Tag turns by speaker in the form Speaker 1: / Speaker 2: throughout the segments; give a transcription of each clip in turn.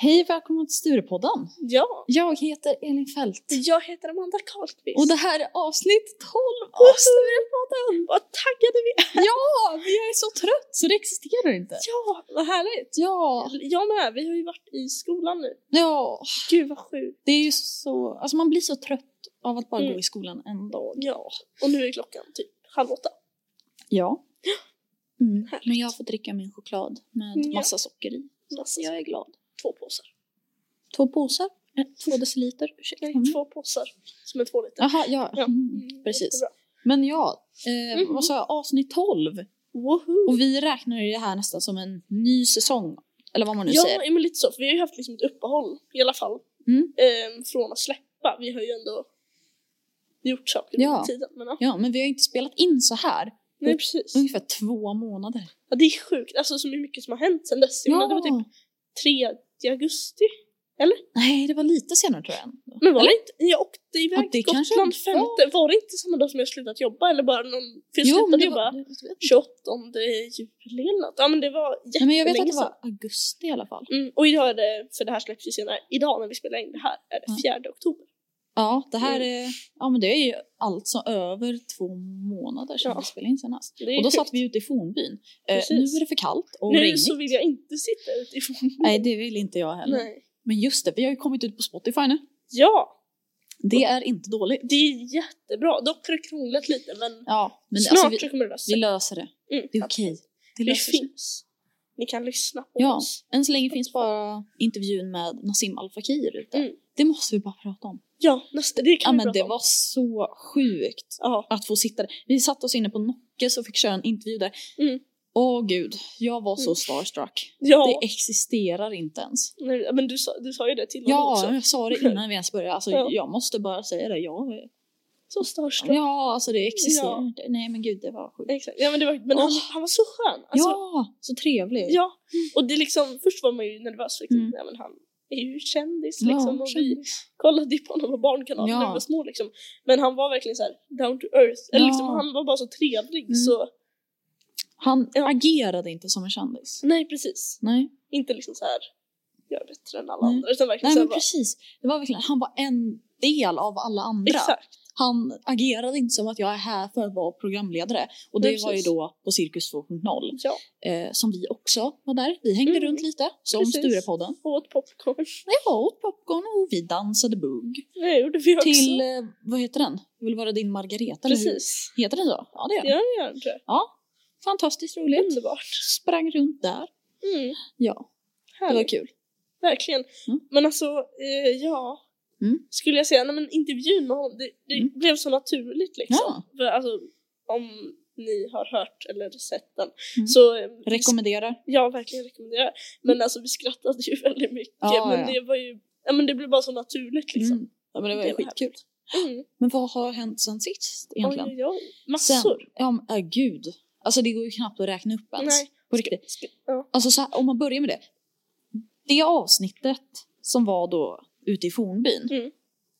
Speaker 1: Hej välkommen till Sturepodden!
Speaker 2: Ja,
Speaker 1: Jag heter Elin Fält
Speaker 2: jag heter Amanda Karlqvist.
Speaker 1: och det här är avsnitt 12 av Sturepodden!
Speaker 2: Vad taggade vi är!
Speaker 1: Ja, men jag är så trött så det existerar inte.
Speaker 2: Ja, vad härligt!
Speaker 1: Ja,
Speaker 2: Jag med, vi har ju varit i skolan nu.
Speaker 1: ja,
Speaker 2: Gud vad sjukt.
Speaker 1: det är ju så, alltså man blir så trött av att bara
Speaker 2: Mm.
Speaker 1: gå i skolan en dag.
Speaker 2: Ja, och nu är klockan typ halv åtta.
Speaker 1: Ja. Mm.
Speaker 2: Härligt.
Speaker 1: Men jag får dricka min choklad med
Speaker 2: Ja.
Speaker 1: massa socker i.
Speaker 2: Massa
Speaker 1: Så jag är glad.
Speaker 2: Två påsar.
Speaker 1: Två påsar, eh, två deciliter, ursäkta.
Speaker 2: Nej,
Speaker 1: Mm.
Speaker 2: två påsar som är två liter.
Speaker 1: Jaha, ja.
Speaker 2: Ja.
Speaker 1: Mm.
Speaker 2: Mm,
Speaker 1: precis.
Speaker 2: jättebra.
Speaker 1: Men ja, eh,
Speaker 2: Mhm.
Speaker 1: vad sa jag, avsnitt 12.
Speaker 2: Woho!
Speaker 1: Och vi räknar ju det här nästan som en ny säsong. Eller vad man nu
Speaker 2: Ja,
Speaker 1: säger.
Speaker 2: men lite så, för vi har ju haft liksom ett uppehåll i alla fall.
Speaker 1: Mm.
Speaker 2: Ehm, från att släppa. Vi har ju ändå gjort saker under
Speaker 1: Ja.
Speaker 2: tiden. Men, ja.
Speaker 1: Ja, men vi har ju inte spelat in så här.
Speaker 2: Nej, precis.
Speaker 1: Ungefär två månader.
Speaker 2: Ja, det är sjukt, alltså så mycket som har hänt sen dess. Jag menar, det var typ 3 augusti.
Speaker 1: Nej, det var lite senare tror jag. ändå.
Speaker 2: Men var det inte, jag åkte iväg
Speaker 1: Och det
Speaker 2: till Gotland
Speaker 1: kanske-
Speaker 2: 5, var det inte samma dag som jag slutat jobba eller bara någon, för jag slutade
Speaker 1: det
Speaker 2: jobba
Speaker 1: var... det-
Speaker 2: 28 juli eller något. Ja men det var
Speaker 1: Nej, men jag vet att
Speaker 2: jättelänge
Speaker 1: det var augusti i alla fall.
Speaker 2: sedan. Mm, och idag är det, för det här släpps ju senare, idag när vi spelar in det här är
Speaker 1: Ja.
Speaker 2: det 4 oktober.
Speaker 1: Ja, det här
Speaker 2: Mm.
Speaker 1: är... Ja, men det är ju alltså över två månader sedan
Speaker 2: Ja.
Speaker 1: vi spelade in senast.
Speaker 2: Det är
Speaker 1: Och då
Speaker 2: sjukt.
Speaker 1: satt vi ute i fornbyn. Eh,
Speaker 2: Precis.
Speaker 1: nu är det för kallt och
Speaker 2: Nu
Speaker 1: regnigt.
Speaker 2: så vill jag inte sitta utifrån.
Speaker 1: Nej, det vill inte jag heller.
Speaker 2: Nej.
Speaker 1: Men just det, vi har ju kommit ut på Spotify nu.
Speaker 2: Ja,
Speaker 1: Det är inte dåligt.
Speaker 2: det är jättebra. Dock har det krånglat lite men
Speaker 1: Ja, men
Speaker 2: snart
Speaker 1: alltså, vi,
Speaker 2: så kommer det lösa
Speaker 1: Vi
Speaker 2: sig.
Speaker 1: löser det.
Speaker 2: Mm,
Speaker 1: Det är okej. Det
Speaker 2: Vi
Speaker 1: löser sig.
Speaker 2: finns. Ni kan lyssna på
Speaker 1: Ja.
Speaker 2: oss.
Speaker 1: Än så länge finns bara intervjun med Nassim Al Fakir ute.
Speaker 2: Mm.
Speaker 1: Det måste vi bara prata om.
Speaker 2: Ja, nästa, det
Speaker 1: Ja,
Speaker 2: kan vi
Speaker 1: men
Speaker 2: prata
Speaker 1: det
Speaker 2: om.
Speaker 1: var så sjukt
Speaker 2: Ja,
Speaker 1: att få sitta där. Vi satte oss inne på Nockes och fick köra en intervju där.
Speaker 2: Mm.
Speaker 1: Åh gud, jag var så
Speaker 2: Mm.
Speaker 1: starstruck.
Speaker 2: ja.
Speaker 1: Det existerar inte ens.
Speaker 2: Nej, men du sa, du sa ju det till honom
Speaker 1: Ja,
Speaker 2: också.
Speaker 1: jag sa det innan vi ens började. Alltså,
Speaker 2: Ja.
Speaker 1: Jag måste bara säga det. Jag,
Speaker 2: Så starstruck.
Speaker 1: ja, alltså det existerar
Speaker 2: Ja.
Speaker 1: inte. Nej men gud, det var sjukt.
Speaker 2: Exakt. Ja, men det var, men han,
Speaker 1: Åh.
Speaker 2: han var så skön. Alltså,
Speaker 1: ja, så trevlig.
Speaker 2: ja. Och det liksom, först var man ju nervös. Liksom.
Speaker 1: Mm.
Speaker 2: Ja, men han är ju kändis
Speaker 1: Ja,
Speaker 2: liksom. och vi
Speaker 1: kändis.
Speaker 2: kollade ju på honom på barnkanalen
Speaker 1: Ja.
Speaker 2: när vi var små. Liksom. Men han var verkligen så här down to earth. Eller,
Speaker 1: Ja.
Speaker 2: liksom, han var bara så trevlig.
Speaker 1: Mm.
Speaker 2: Så,
Speaker 1: Han
Speaker 2: Ja.
Speaker 1: agerade inte som en kändis.
Speaker 2: nej, precis.
Speaker 1: Nej.
Speaker 2: Inte liksom så här gör bättre än alla
Speaker 1: Nej.
Speaker 2: andra. Utan verkligen
Speaker 1: Mm. Nej
Speaker 2: så här
Speaker 1: men precis. Det var verkligen, han var en del av alla andra.
Speaker 2: Exakt.
Speaker 1: Han agerade inte som att jag är här för att vara programledare. Och det
Speaker 2: Nej, precis.
Speaker 1: var ju då på Cirkus 2.0
Speaker 2: Ja,
Speaker 1: eh, som vi också var där. Vi hängde
Speaker 2: Mm.
Speaker 1: runt lite som
Speaker 2: Precis.
Speaker 1: Sturepodden.
Speaker 2: och åt popcorn.
Speaker 1: Jag åt popcorn och vi dansade bugg.
Speaker 2: Det gjorde vi också.
Speaker 1: Till, eh, vad heter den? Jag vill vara din Margareta. eller hur?
Speaker 2: Precis.
Speaker 1: Heter den så? Ja det gör
Speaker 2: Ja,
Speaker 1: den.
Speaker 2: Mm. det gör han, tror jag.
Speaker 1: Ja. Fantastiskt roligt.
Speaker 2: Underbart.
Speaker 1: Sprang runt där.
Speaker 2: Mm.
Speaker 1: Ja, det
Speaker 2: Härligt.
Speaker 1: var kul.
Speaker 2: Verkligen.
Speaker 1: Mm.
Speaker 2: Men alltså, eh, ja.
Speaker 1: Mm.
Speaker 2: Skulle jag säga, nej men intervjun med honom, det, det
Speaker 1: Mm.
Speaker 2: blev så naturligt liksom.
Speaker 1: Ja.
Speaker 2: För, alltså, om ni har hört eller sett den.
Speaker 1: Mm.
Speaker 2: Så eh,
Speaker 1: Rekommenderar.
Speaker 2: jag verkligen rekommenderar. Men alltså vi skrattade ju väldigt mycket.
Speaker 1: Ja,
Speaker 2: men
Speaker 1: ja.
Speaker 2: det var ju, ja men det blev bara så naturligt liksom.
Speaker 1: Mm. Ja, men det var
Speaker 2: Det
Speaker 1: ju
Speaker 2: var
Speaker 1: skitkul.
Speaker 2: Mm.
Speaker 1: Men vad har hänt sen sist egentligen?
Speaker 2: Oj, oj, oj. Massor.
Speaker 1: Sen, ja, men, äh, gud. Alltså det går ju knappt att räkna upp ens.
Speaker 2: Nej.
Speaker 1: På riktigt.
Speaker 2: Ska, ja.
Speaker 1: Alltså så här, om man börjar med det. Det avsnittet som var då ute i fornbyn.
Speaker 2: Mm.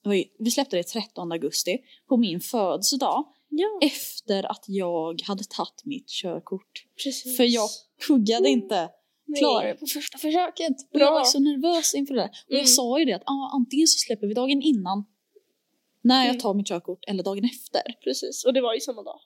Speaker 1: det var ju- Vi släppte det 13 augusti på min födelsedag
Speaker 2: ja,
Speaker 1: efter att jag hade tagit mitt körkort.
Speaker 2: precis.
Speaker 1: För jag kuggade inte,
Speaker 2: Mm. Nej.
Speaker 1: klarade det på första försöket. Och jag
Speaker 2: Bra.
Speaker 1: var så nervös inför det där. Och
Speaker 2: Mm.
Speaker 1: jag sa ju det att ah, antingen så släpper vi dagen innan när jag
Speaker 2: Mm.
Speaker 1: tar mitt körkort eller dagen efter.
Speaker 2: Precis, och det var ju samma dag.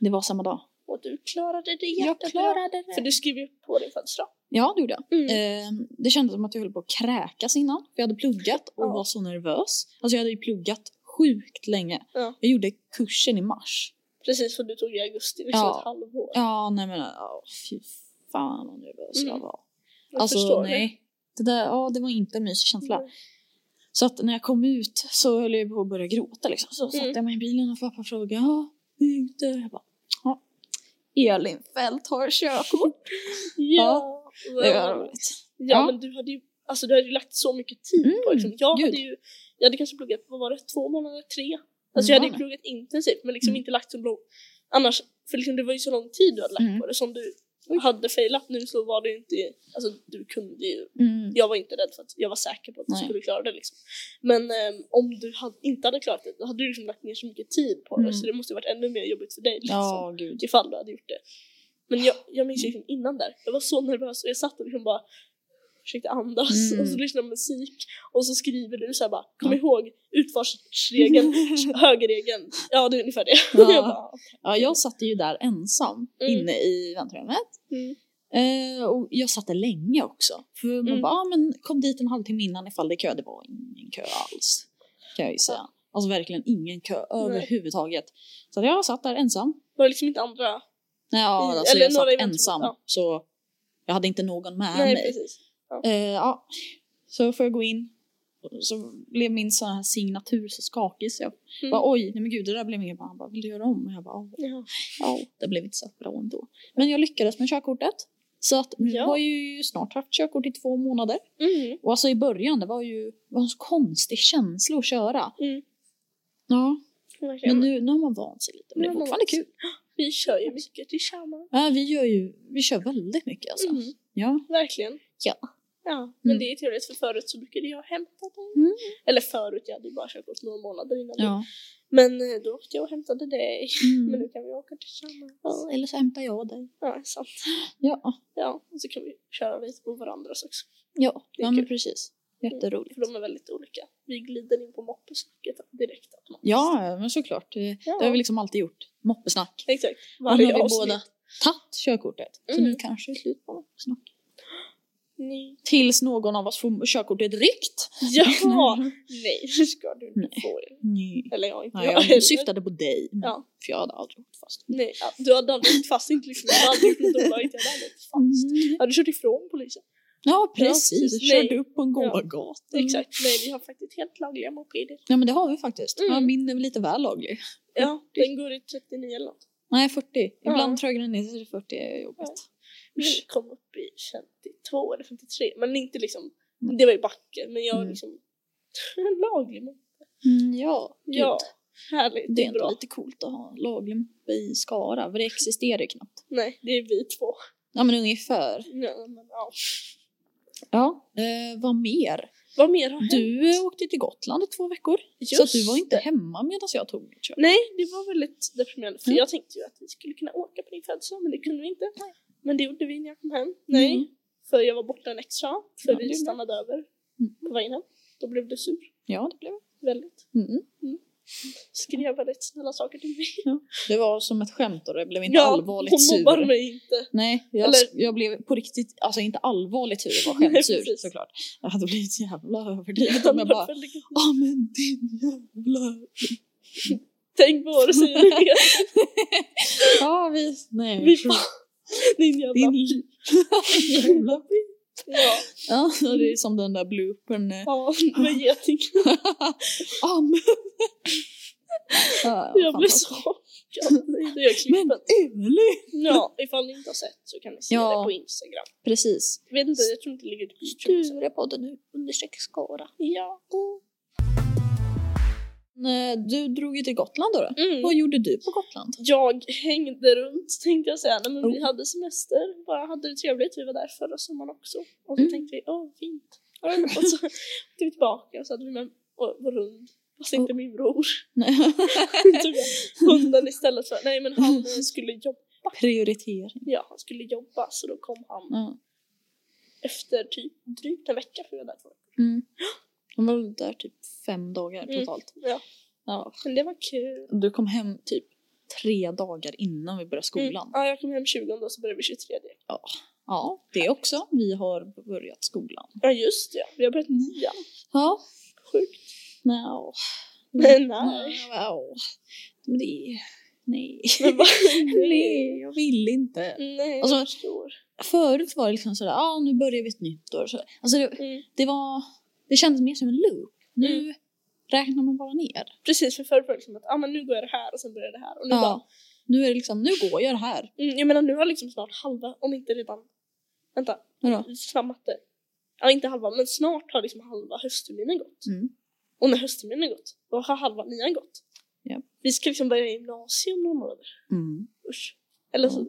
Speaker 1: Det var samma dag.
Speaker 2: Och du klarade det
Speaker 1: Jag
Speaker 2: jättebra.
Speaker 1: klarade det.
Speaker 2: För du skrev ju på din födelsedag.
Speaker 1: Ja, det gjorde jag.
Speaker 2: Mm.
Speaker 1: Ehm, Det kändes som att jag höll på att kräkas innan. För jag hade pluggat och
Speaker 2: Ja.
Speaker 1: var så nervös. Alltså jag hade ju pluggat sjukt länge.
Speaker 2: Ja.
Speaker 1: Jag gjorde kursen i mars.
Speaker 2: Precis, för du tog i augusti, liksom
Speaker 1: Ja.
Speaker 2: ett halvår.
Speaker 1: Ja, nej men oh, fy fan vad nervös jag
Speaker 2: Mm.
Speaker 1: var.
Speaker 2: Jag
Speaker 1: alltså
Speaker 2: förstår det. Mm.
Speaker 1: nej. Det, där, ja, det var inte en mysig känsla.
Speaker 2: Nej.
Speaker 1: Så att när jag kom ut så höll jag på att börja gråta liksom. Så satte
Speaker 2: Mm.
Speaker 1: jag mig i bilen och pappa frågade ja, hur gick det? Jag bara, ja. Elin Fält har körkort.
Speaker 2: Ja, vad
Speaker 1: Det var
Speaker 2: roligt.
Speaker 1: roligt.
Speaker 2: ja,
Speaker 1: Ja. Mm,
Speaker 2: men du hade ju, alltså, du hade ju lagt så mycket tid på det, liksom. jag,
Speaker 1: gud.
Speaker 2: hade ju, jag hade kanske pluggat, vad var det, två månader, tre? Alltså jag hade ju
Speaker 1: Mm.
Speaker 2: pluggat intensivt men liksom
Speaker 1: Mm.
Speaker 2: inte lagt så lång, annars, för liksom, det var ju så lång tid du hade lagt
Speaker 1: Mm.
Speaker 2: på det som du
Speaker 1: Oj.
Speaker 2: hade failat. Nu så var det ju inte, alltså du kunde ju,
Speaker 1: Mm.
Speaker 2: jag var inte rädd för att, jag var säker på att du
Speaker 1: Nej.
Speaker 2: skulle klara det liksom. Men ehm, om du hade, inte hade klarat det, då hade du liksom lagt ner så mycket tid på det
Speaker 1: Mm.
Speaker 2: så det måste ju varit ännu mer jobbigt för dig liksom
Speaker 1: Ja, gud.
Speaker 2: ifall
Speaker 1: Mm.
Speaker 2: du hade gjort det. Men jag, jag minns ju liksom innan där, jag var så nervös och jag satt och liksom bara försökte andas
Speaker 1: Mm.
Speaker 2: och så lyssnade på musik och så skriver du så här bara kom ihåg utfartsregeln, högerregeln. Ja det är ungefär det.
Speaker 1: Ja.
Speaker 2: Jag bara,
Speaker 1: Ja, jag satt ju där ensam
Speaker 2: Mm.
Speaker 1: inne i väntrummet.
Speaker 2: mm.
Speaker 1: Eh, och jag satt där länge också. För man
Speaker 2: Mm.
Speaker 1: bara, ah, men kom dit en halvtimme innan ifall det är kö. Det var ingen kö alls. Kan jag ju säga. Alltså verkligen ingen kö
Speaker 2: Nej.
Speaker 1: överhuvudtaget. Så att jag satt där ensam.
Speaker 2: Var det liksom inte andra?
Speaker 1: Nej, ja,
Speaker 2: I-
Speaker 1: alltså
Speaker 2: eller
Speaker 1: jag
Speaker 2: några
Speaker 1: satt
Speaker 2: i väntrummet,
Speaker 1: ensam.
Speaker 2: ja.
Speaker 1: Så jag hade inte någon med
Speaker 2: Nej
Speaker 1: mig.
Speaker 2: precis.
Speaker 1: Eh, ja. Så får jag gå in. Så blev min sån här signatur så skakig så jag
Speaker 2: Mm.
Speaker 1: bara oj, nej men gud det där blev inget bra. Han bara, vill du göra om? Och jag bara, "Ja."
Speaker 2: Ja.
Speaker 1: Ja, det blev inte så bra ändå. Men jag lyckades med körkortet. Så att nu
Speaker 2: Ja.
Speaker 1: har jag ju snart haft körkort i två månader.
Speaker 2: Mm.
Speaker 1: Och alltså i början, det var ju det var en så konstig känsla att köra.
Speaker 2: Mm.
Speaker 1: Ja,
Speaker 2: verkligen.
Speaker 1: men nu, nu har man vant sig lite. Men
Speaker 2: Nu
Speaker 1: det är
Speaker 2: har man
Speaker 1: fortfarande
Speaker 2: vant sig.
Speaker 1: kul.
Speaker 2: Vi kör ju mycket tillsammans.
Speaker 1: Ja, vi gör ju, vi kör väldigt mycket alltså.
Speaker 2: Mm.
Speaker 1: Ja.
Speaker 2: Verkligen.
Speaker 1: Ja.
Speaker 2: Ja, men
Speaker 1: Mm.
Speaker 2: det är trevligt för förut så brukade jag hämta dig.
Speaker 1: Mm.
Speaker 2: Eller förut, jag hade ju bara körkort några månader innan. det.
Speaker 1: ja.
Speaker 2: Men eh, då åkte jag och hämtade dig. Men
Speaker 1: Mm.
Speaker 2: nu kan vi åka tillsammans.
Speaker 1: Ja, Eller så hämtar jag dig.
Speaker 2: Ja, sant.
Speaker 1: Ja,
Speaker 2: Ja, och så kan vi köra lite på varandras också.
Speaker 1: ja.
Speaker 2: Det är
Speaker 1: ja men
Speaker 2: kul.
Speaker 1: precis.
Speaker 2: Mm,
Speaker 1: Jätteroligt.
Speaker 2: För de är väldigt olika. Vi glider in på moppesnacket direkt. automatiskt.
Speaker 1: Ja, men såklart. Det,
Speaker 2: Ja.
Speaker 1: det har vi liksom alltid gjort. Moppesnack.
Speaker 2: Exakt.
Speaker 1: Och nu
Speaker 2: Varje
Speaker 1: har vi
Speaker 2: avsnitt.
Speaker 1: båda tagit körkortet. Så
Speaker 2: Mm.
Speaker 1: nu kanske det är slut på moppesnack.
Speaker 2: Nej.
Speaker 1: Tills någon av oss får körkortet ryckt. Mm.
Speaker 2: Ja! Nej, det ska du inte
Speaker 1: Nej.
Speaker 2: få.
Speaker 1: Nej.
Speaker 2: Eller jag inte.
Speaker 1: Nej,
Speaker 2: jag
Speaker 1: jag
Speaker 2: heller.
Speaker 1: syftade på dig. men-
Speaker 2: Ja.
Speaker 1: För jag hade aldrig åkt fast.
Speaker 2: Nej, ja, du hade aldrig åkt fast inte liksom. Jag hade aldrig gjort något olagligt. Jag hade aldrig åkt fast.
Speaker 1: Mm.
Speaker 2: Jag hade kört ifrån polisen.
Speaker 1: Ja,
Speaker 2: Ja,
Speaker 1: precis.
Speaker 2: precis.
Speaker 1: Körde
Speaker 2: Nej.
Speaker 1: upp på en gågata.
Speaker 2: Exakt. Nej, vi har faktiskt helt lagliga mopeder.
Speaker 1: Ja, men det har vi faktiskt.
Speaker 2: Mm.
Speaker 1: Ja, min är väl lite väl laglig.
Speaker 2: Ja, den går i 39 eller något.
Speaker 1: Nej, 40. Ibland
Speaker 2: Ja.
Speaker 1: trögar den ner sig till 40 är jobbigt.
Speaker 2: Min kom upp i 52 eller 53. Men inte liksom,
Speaker 1: Mm.
Speaker 2: det var i backen. Men jag var
Speaker 1: Mm.
Speaker 2: liksom laglig moppe.
Speaker 1: Mm, ja, gud.
Speaker 2: Ja, härligt.
Speaker 1: Det
Speaker 2: Det
Speaker 1: är
Speaker 2: är
Speaker 1: ändå
Speaker 2: bra.
Speaker 1: lite coolt att ha laglig moppe i Skara. För det existerar ju knappt.
Speaker 2: Nej, det är vi två.
Speaker 1: Ja, men ungefär.
Speaker 2: Ja, men, ja.
Speaker 1: Ja. Eh, vad mer?
Speaker 2: Vad mer har hänt?
Speaker 1: Du eh, åkte till Gotland i två veckor. så att du var inte
Speaker 2: det.
Speaker 1: hemma medan jag tog mitt körkort.
Speaker 2: Nej, det var väldigt deprimerande. För
Speaker 1: Mm.
Speaker 2: jag tänkte ju att vi skulle kunna åka på din födelsedag, men det kunde vi inte. Men det gjorde vi när jag kom hem. Nej,
Speaker 1: Mm.
Speaker 2: för jag var borta en extra dag, För
Speaker 1: Ja, det är
Speaker 2: vi
Speaker 1: bra.
Speaker 2: stannade över
Speaker 1: Mm.
Speaker 2: på vägen hem. Då blev du sur.
Speaker 1: Ja, det blev
Speaker 2: Väldigt.
Speaker 1: det. Mm.
Speaker 2: Skrev väldigt snälla saker till mig.
Speaker 1: Det var som ett skämt och det blev inte allvarligt
Speaker 2: hon mobbar
Speaker 1: sur.
Speaker 2: mig inte.
Speaker 1: Nej, jag,
Speaker 2: Eller-
Speaker 1: jag blev på riktigt, alltså inte allvarligt sur, jag var
Speaker 2: Nej,
Speaker 1: skämtsur
Speaker 2: precis.
Speaker 1: såklart. Jag hade blivit så jävla överdrivet om jag bara Ja men din jävla...
Speaker 2: Tänk på vad du säger nu.
Speaker 1: Ja vi... Nej.
Speaker 2: Vi
Speaker 1: så-
Speaker 2: Din jävla...
Speaker 1: Mm. Din li- jävla... bi-
Speaker 2: Ja,
Speaker 1: Ja, det är som den där bloopern. eh.
Speaker 2: ja, med geting.
Speaker 1: Ja men... Ja,
Speaker 2: Jag blev
Speaker 1: fantastiskt.
Speaker 2: så chockad. Det gör
Speaker 1: Men
Speaker 2: klippet.
Speaker 1: Elin!
Speaker 2: Ja, ifall ni inte har sett så kan ni se
Speaker 1: Ja.
Speaker 2: det på Instagram.
Speaker 1: Precis.
Speaker 2: Jag vet inte, jag tror inte det ligger ute på Youtube.
Speaker 1: Sturepodden nu, understreck Skara.
Speaker 2: Ja.
Speaker 1: Nej, eh, Du drog ju till Gotland då. då.
Speaker 2: Mm.
Speaker 1: Vad gjorde du på Gotland?
Speaker 2: Jag hängde runt tänkte jag säga. Nej, men vi
Speaker 1: Oh.
Speaker 2: hade semester, bara hade det trevligt. Vi var där förra sommaren också. Och så
Speaker 1: Mm.
Speaker 2: tänkte vi, åh fint. Och så åkte vi tillbaka och så hade vi med och var rund. Fast
Speaker 1: Oh.
Speaker 2: inte min bror. Tog jag hunden istället för, nej men han eh, skulle jobba.
Speaker 1: Prioritering.
Speaker 2: Ja, han skulle jobba så då kom han
Speaker 1: Ja.
Speaker 2: efter typ drygt en vecka för vi var där två veckor.
Speaker 1: Mm. De var väl där typ fem dagar
Speaker 2: Mm.
Speaker 1: totalt.
Speaker 2: Ja.
Speaker 1: Ja.
Speaker 2: Men det var kul.
Speaker 1: Du kom hem typ tre dagar innan vi började skolan.
Speaker 2: Mm. Ja, jag kom hem 20 och så började vi 23.
Speaker 1: Ja, det också. Vi har börjat skolan.
Speaker 2: Ja, just det. Vi har börjat nian.
Speaker 1: Ja.
Speaker 2: Sjukt.
Speaker 1: No. Mm.
Speaker 2: Men nej.
Speaker 1: Wow. Men det... Nej.
Speaker 2: Men bara,
Speaker 1: Nej, jag vill inte.
Speaker 2: Nej,
Speaker 1: Alltså-
Speaker 2: jag förstår.
Speaker 1: Förut var det liksom sådär, ja ah, nu börjar vi ett nytt år. Så- Alltså det,
Speaker 2: Mm.
Speaker 1: det var... Det kändes mer som en loop. Nu räknar man bara ner.
Speaker 2: Precis, för förut var det liksom att ah, men nu går jag det här och sen börjar det här. Och nu
Speaker 1: Ja. Nu är det liksom, nu går jag det här.
Speaker 2: bara, mm, jag menar nu har liksom snart halva, om inte redan, vänta,
Speaker 1: Vadå?
Speaker 2: snabbt Ja, inte halva, men snart har liksom halva höstterminen gått.
Speaker 1: Mm.
Speaker 2: Och när höstterminen gått, då har halva nian gått.
Speaker 1: Ja.
Speaker 2: Vi ska liksom börja gymnasium några månader.
Speaker 1: Mm.
Speaker 2: Usch. Eller så,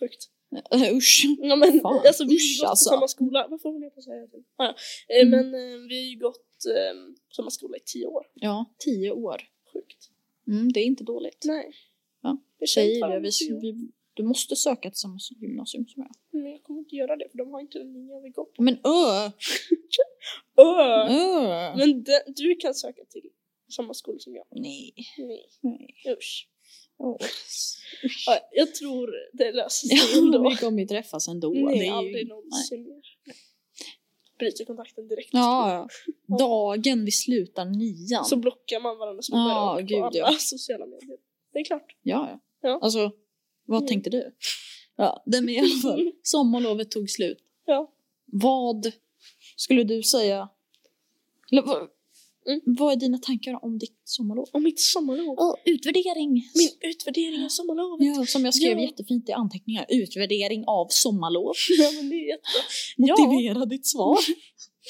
Speaker 2: sjukt.
Speaker 1: Eh, Usch.
Speaker 2: Ja men
Speaker 1: Fan,
Speaker 2: alltså vi har
Speaker 1: usch,
Speaker 2: ju gått
Speaker 1: alltså.
Speaker 2: på samma skola. Varför håller jag på att säga det? Ah, ja. Eh,
Speaker 1: Mm.
Speaker 2: Men eh, vi har ju gått eh, på samma skola i tio år.
Speaker 1: Ja, tio år.
Speaker 2: Sjukt.
Speaker 1: Mm, det är inte dåligt.
Speaker 2: Nej.
Speaker 1: Ja,
Speaker 2: Det känns
Speaker 1: Tjejer,
Speaker 2: bara
Speaker 1: vi,
Speaker 2: tio år.
Speaker 1: vi Du måste söka till samma gymnasium som jag.
Speaker 2: Men jag kommer inte göra det för de har inte den linje jag vill gå på.
Speaker 1: Men öh!
Speaker 2: Öh!
Speaker 1: öh.
Speaker 2: Men de, du kan söka till samma skola som jag.
Speaker 1: Nej.
Speaker 2: Nej,
Speaker 1: Nej.
Speaker 2: usch.
Speaker 1: Åh.
Speaker 2: Ja, jag tror det löser sig ändå.
Speaker 1: Vi kommer ju träffas ändå. det
Speaker 2: Nej,
Speaker 1: är ju...
Speaker 2: aldrig någonsin mer. Bryter kontakten direkt.
Speaker 1: Ja, ja. Dagen vi slutar nian.
Speaker 2: Så blockar man varandra som
Speaker 1: Ja,
Speaker 2: ah, på
Speaker 1: gud,
Speaker 2: alla
Speaker 1: ja.
Speaker 2: sociala medier. Det är klart.
Speaker 1: Ja, ja.
Speaker 2: Ja.
Speaker 1: Alltså, vad
Speaker 2: Mm.
Speaker 1: tänkte du? Ja, det med i alla fall. Sommarlovet tog slut.
Speaker 2: Ja.
Speaker 1: Vad skulle du säga? Eller, vad,
Speaker 2: Mm.
Speaker 1: vad är dina tankar om ditt sommarlov?
Speaker 2: Och mitt sommarlov.
Speaker 1: Oh, utvärdering!
Speaker 2: Min utvärdering av sommarlovet.
Speaker 1: ja, som jag skrev
Speaker 2: Ja.
Speaker 1: jättefint i anteckningar. Utvärdering av sommarlov.
Speaker 2: Ja, men det är jättebra. Ja,
Speaker 1: Motivera ditt svar.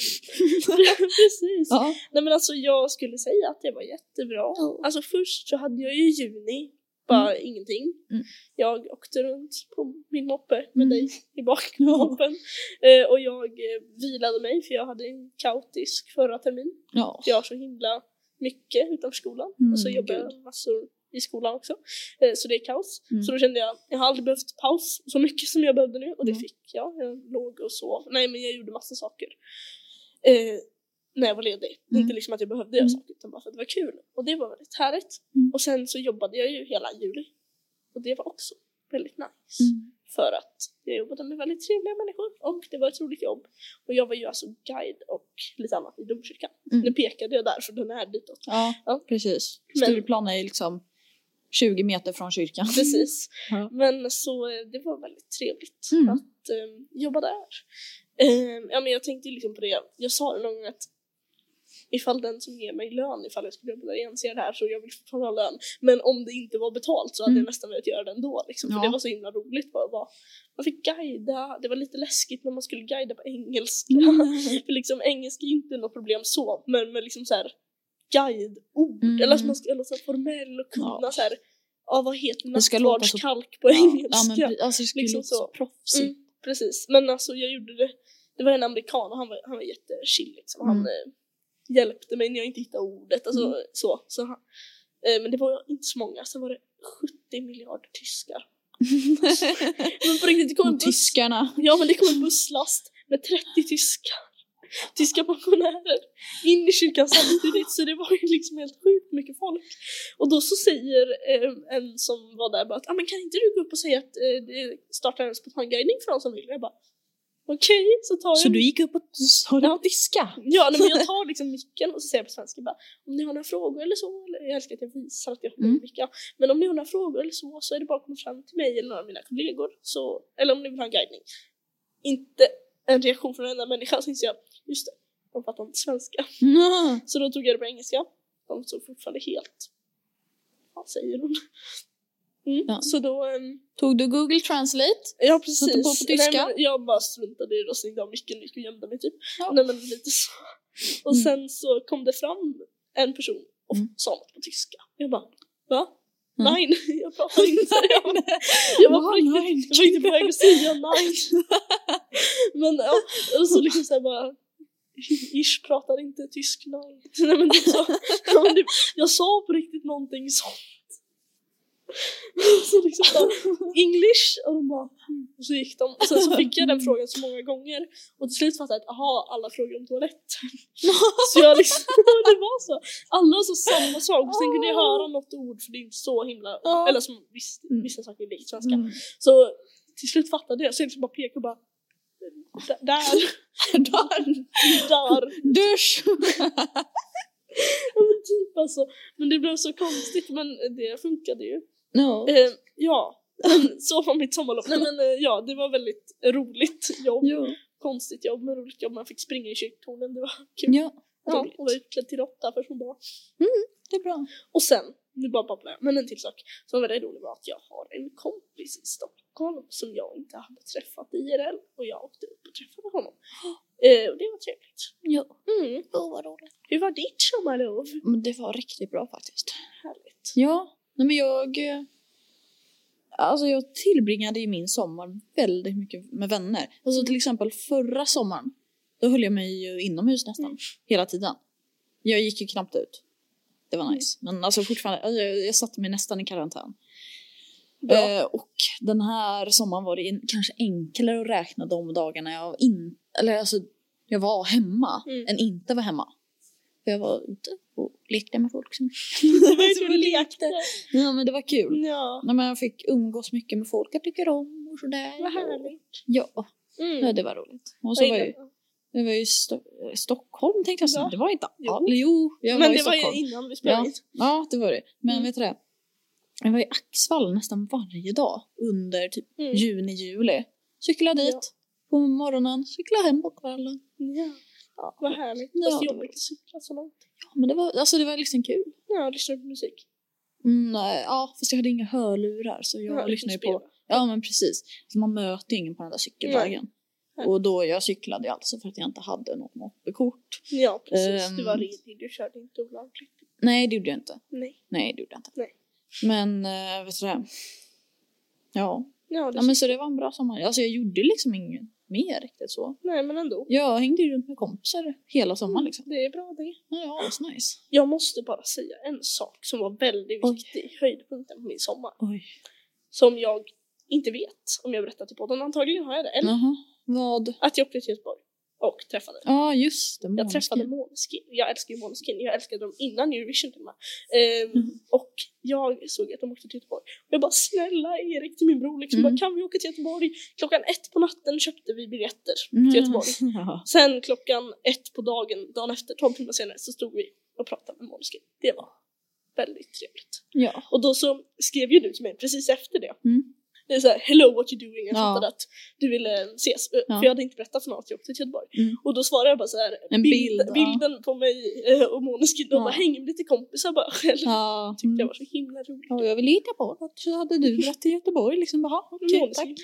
Speaker 2: precis.
Speaker 1: Ja.
Speaker 2: Nej men alltså jag skulle säga att det var jättebra.
Speaker 1: Ja.
Speaker 2: Alltså först så hade jag ju juni, bara ingenting.
Speaker 1: Mm.
Speaker 2: Jag åkte runt på min moppe med
Speaker 1: Mm.
Speaker 2: dig i bak på
Speaker 1: Ja.
Speaker 2: moppen. Eh, och jag eh, vilade mig för jag hade en kaotisk förra termin.
Speaker 1: ja.
Speaker 2: Jag har så himla mycket utanför skolan
Speaker 1: Mm,
Speaker 2: och så jobbar jag massor i skolan också. Eh, så det är kaos.
Speaker 1: Mm.
Speaker 2: Så då kände jag, jag har aldrig behövt paus så mycket som jag behövde nu och det
Speaker 1: Mm.
Speaker 2: fick jag. Jag låg och sov. Nej men jag gjorde massa saker. Eh, när jag var ledig. Det är
Speaker 1: Mm.
Speaker 2: Inte liksom att jag behövde göra
Speaker 1: Mm.
Speaker 2: saker utan bara för att det var kul. Och det var väldigt härligt.
Speaker 1: Mm.
Speaker 2: Och sen så jobbade jag ju hela juli. Och det var också väldigt nice.
Speaker 1: Mm.
Speaker 2: För att jag jobbade med väldigt trevliga människor och det var ett roligt jobb. Och jag var ju alltså guide och lite annat i domkyrkan.
Speaker 1: Mm.
Speaker 2: Nu pekade jag där för den är ditåt.
Speaker 1: ja,
Speaker 2: Ja.
Speaker 1: precis.
Speaker 2: Men-
Speaker 1: Stureplan är ju liksom 20 meter från kyrkan.
Speaker 2: Precis.
Speaker 1: Ja.
Speaker 2: Men så eh, det var väldigt trevligt
Speaker 1: Mm.
Speaker 2: att eh, jobba där. Eh, ja, men jag tänkte ju liksom på det, jag sa det någon gång att ifall den som ger mig lön ifall jag skulle jobba där igen ser det här så jag vill fortfarande ha lön. Men om det inte var betalt så hade
Speaker 1: Mm.
Speaker 2: jag nästan velat göra det ändå. Liksom, för
Speaker 1: Ja.
Speaker 2: det var så himla roligt. Bara, bara, man fick guida, det var lite läskigt när man skulle guida på engelska.
Speaker 1: Mm.
Speaker 2: För liksom engelska är ju inte något problem så, men med liksom så här guideord
Speaker 1: Mm.
Speaker 2: eller att man ska eller så här formell och kunna
Speaker 1: Ja.
Speaker 2: så här, ja vad heter
Speaker 1: Det ska låta så-
Speaker 2: nattvardskalk på
Speaker 1: Ja,
Speaker 2: engelska?
Speaker 1: men, pre- alltså, det skulle
Speaker 2: Liksom
Speaker 1: låta så
Speaker 2: så.
Speaker 1: proffsigt.
Speaker 2: Mm, precis, men alltså jag gjorde det, det var en amerikan och han var, han var jättechill liksom. Han
Speaker 1: Mm.
Speaker 2: eh, hjälpte mig när jag inte hittade ordet, alltså så. så han, eh, men det var inte så många, sen var det 70 miljarder tyskar. Mm. Men på riktigt, det kom en
Speaker 1: Och
Speaker 2: buss
Speaker 1: Tyskarna.
Speaker 2: Ja men det kom en busslast med 30 tyskar. Tyska pensionärer in i kyrkan samtidigt så det var ju liksom helt sjukt mycket folk. Och då så säger eh, en som var där bara att ah, men kan inte du gå upp och säga att eh, det startar en spontanguidning för de som vill? Jag bara okej så tar jag
Speaker 1: Så du gick upp och sa
Speaker 2: Ja.
Speaker 1: du diska?
Speaker 2: Ja, nej, men jag tar liksom micken och så säger jag på svenska bara om ni har några frågor eller så, eller jag älskar att jag visar att jag håller
Speaker 1: Mm.
Speaker 2: mm. micken. Men om ni har några frågor eller så så är det bara att komma fram till mig eller några av mina kollegor så, eller om ni vill ha en guidning. Inte en reaktion från en enda människa så inser jag, just det, de fattar inte svenska.
Speaker 1: Mm.
Speaker 2: Så då tog jag det på engelska. De såg fortfarande helt, vad säger hon? Mm.
Speaker 1: Ja.
Speaker 2: Så då, ehm,
Speaker 1: Tog du Google Translate?
Speaker 2: ja
Speaker 1: Satte
Speaker 2: precis.
Speaker 1: på på tyska?
Speaker 2: Nej, men jag bara struntade i det och stängde av micken och gick och gömde mig typ.
Speaker 1: Ja.
Speaker 2: Nej men lite så. Och
Speaker 1: Mm.
Speaker 2: sen så kom det fram en person och
Speaker 1: Mm.
Speaker 2: sa något på tyska. Jag bara, va?
Speaker 1: Mm.
Speaker 2: Nej, jag pratar inte. Jag bara- jag var på riktigt- jag var inte på väg att säga nej. Men ja, och så liksom såhär bara Ish pratar inte tysk, nej. nej men typ så, Ja, men typ, jag sa på riktigt någonting sånt. Så liksom bara, English och de bara "Mm." och så gick de. Och sen så fick jag den frågan så många gånger och till slut fattade jag att aha, alla frågar om toaletten. Så jag liksom, det var så. Alla sa samma sak och sen kunde jag höra något ord för det är inte så himla,
Speaker 1: Ja.
Speaker 2: eller som viss, vissa saker är likt svenska.
Speaker 1: Mm.
Speaker 2: Så till slut fattade jag, så jag liksom bara pekade och bara "D- där,
Speaker 1: Dörr.
Speaker 2: där.
Speaker 1: Dusch!
Speaker 2: Men typ alltså. Men det blev så konstigt men det funkade ju.
Speaker 1: No.
Speaker 2: Eh, ja, men så var mitt sommarlov. Nej men eh, ja, det var väldigt roligt jobb.
Speaker 1: Ja.
Speaker 2: Konstigt jobb men roligt jobb. Man fick springa i kyrktornen, det var kul.
Speaker 1: ja,
Speaker 2: Ja,
Speaker 1: roligt.
Speaker 2: och var utklädd till råtta för som barn.
Speaker 1: det är bra.
Speaker 2: Och sen, nu bara babblar jag, men en till sak som var väldigt rolig var att jag har en kompis i Stockholm som jag inte hade träffat IRL och jag åkte upp och träffade honom. Eh, och det var trevligt.
Speaker 1: Ja.
Speaker 2: Mm.
Speaker 1: Oh, vad roligt.
Speaker 2: Hur var ditt sommarlov?
Speaker 1: Men det var riktigt bra faktiskt.
Speaker 2: Härligt.
Speaker 1: Ja, nej men jag... eh, Alltså jag tillbringade ju min sommar väldigt mycket med vänner. Alltså till exempel förra sommaren, då höll jag mig ju inomhus nästan
Speaker 2: Mm.
Speaker 1: hela tiden. Jag gick ju knappt ut. Det var nice. Men alltså fortfarande, alltså, jag, jag satte mig nästan i karantän.
Speaker 2: Bra.
Speaker 1: Eh, och den här sommaren var det en- kanske enklare att räkna de dagarna jag, in, eller alltså, jag var hemma
Speaker 2: Mm.
Speaker 1: än inte var hemma. För jag var ute och lekte med folk. Som...
Speaker 2: det var ju så vi lekte.
Speaker 1: Ja, men det var kul.
Speaker 2: Ja,
Speaker 1: Nej, men jag fick umgås mycket med folk jag tycker om och sådär.
Speaker 2: vad härligt.
Speaker 1: Ja,
Speaker 2: Mm.
Speaker 1: ja, det var roligt. Och så
Speaker 2: Vad
Speaker 1: var
Speaker 2: gillar
Speaker 1: ju,
Speaker 2: du?
Speaker 1: det var ju Sto- eh, Stockholm tänkte jag säga.
Speaker 2: Ja.
Speaker 1: Det var inte
Speaker 2: Jo.
Speaker 1: alls. Jo, jag
Speaker 2: Men
Speaker 1: var i
Speaker 2: det var ju
Speaker 1: Stockholm.
Speaker 2: innan vi spelade
Speaker 1: Ja.
Speaker 2: in.
Speaker 1: Ja, det var det. Men
Speaker 2: Mm.
Speaker 1: vet du det? Jag var i Axvall nästan varje dag under typ
Speaker 2: Mm.
Speaker 1: juni, juli. Cykla dit
Speaker 2: Ja.
Speaker 1: på morgonen, cykla hem på kvällen.
Speaker 2: Ja.
Speaker 1: Ja.
Speaker 2: Vad härligt.
Speaker 1: Ja,
Speaker 2: Fast
Speaker 1: det var
Speaker 2: jobbigt att cykla så långt.
Speaker 1: Ja, men det var, alltså det var liksom kul.
Speaker 2: Ja, lyssna på musik.
Speaker 1: Mm, nej, ja, fast jag hade inga hörlurar så jag
Speaker 2: Ja,
Speaker 1: lyssnade ju
Speaker 2: spela.
Speaker 1: på... Ja, men precis. Så man möter ju ingen på den där cykelvägen.
Speaker 2: Nej.
Speaker 1: Och då jag cyklade ju alltså för att jag inte hade något mopedkort.
Speaker 2: Ja, precis.
Speaker 1: Ehm.
Speaker 2: Du var redig, du körde inte olagligt.
Speaker 1: Nej, det gjorde jag inte.
Speaker 2: Nej.
Speaker 1: Nej, det gjorde jag inte.
Speaker 2: Nej.
Speaker 1: Men, eh, vet du det? Ja.
Speaker 2: Ja, det
Speaker 1: ja, men så det var en bra sommar. Alltså jag gjorde liksom inget mer riktigt så.
Speaker 2: Nej, men ändå. Mm,
Speaker 1: Jag hängde ju runt med kompisar hela sommaren liksom.
Speaker 2: Det är bra det.
Speaker 1: Ja, ja, det var nice.
Speaker 2: Jag måste bara säga en sak som var väldigt
Speaker 1: Oj.
Speaker 2: viktig i höjdpunkten på min sommar.
Speaker 1: Oj.
Speaker 2: Som jag inte vet om jag berättat i podden. Antagligen har jag det. Eller
Speaker 1: Jaha. Vad?
Speaker 2: att jag åkte till Göteborg och träffade.
Speaker 1: Ja, just det.
Speaker 2: Jag
Speaker 1: Måneskin.
Speaker 2: träffade Måneskin. Jag älskar ju Måneskin. Jag älskade dem innan Eurovision till och med. Ehm,
Speaker 1: Mm.
Speaker 2: Och jag såg att de åkte till Göteborg. Och jag bara snälla Erik till min bror liksom,
Speaker 1: Mm.
Speaker 2: bara, kan vi åka till Göteborg? Klockan ett på natten köpte vi biljetter
Speaker 1: Mm.
Speaker 2: till Göteborg.
Speaker 1: Ja.
Speaker 2: Sen klockan ett på dagen, dagen efter, 12 timmar senare, så stod vi och pratade med Måneskin. Det var väldigt trevligt.
Speaker 1: Ja.
Speaker 2: Och då så skrev ju du till mig precis efter det.
Speaker 1: Mm.
Speaker 2: Det är så här, hello what you doing? Jag
Speaker 1: Ja.
Speaker 2: fattade att du ville ses. Eh,
Speaker 1: Ja.
Speaker 2: För jag hade inte berättat för någon att jag åkte till Göteborg.
Speaker 1: Mm.
Speaker 2: Och då svarade jag bara så här,
Speaker 1: En bild, ja.
Speaker 2: bilden på mig eh, och Måneskin. De
Speaker 1: Ja.
Speaker 2: bara hänger med lite kompisar bara själv.
Speaker 1: Ja. Mm.
Speaker 2: Tyckte det var så himla roligt.
Speaker 1: ja, jag ville hitta på något så hade du rätt i Göteborg liksom. Jaha,
Speaker 2: Mm,
Speaker 1: okej, tack.
Speaker 2: Måneskin.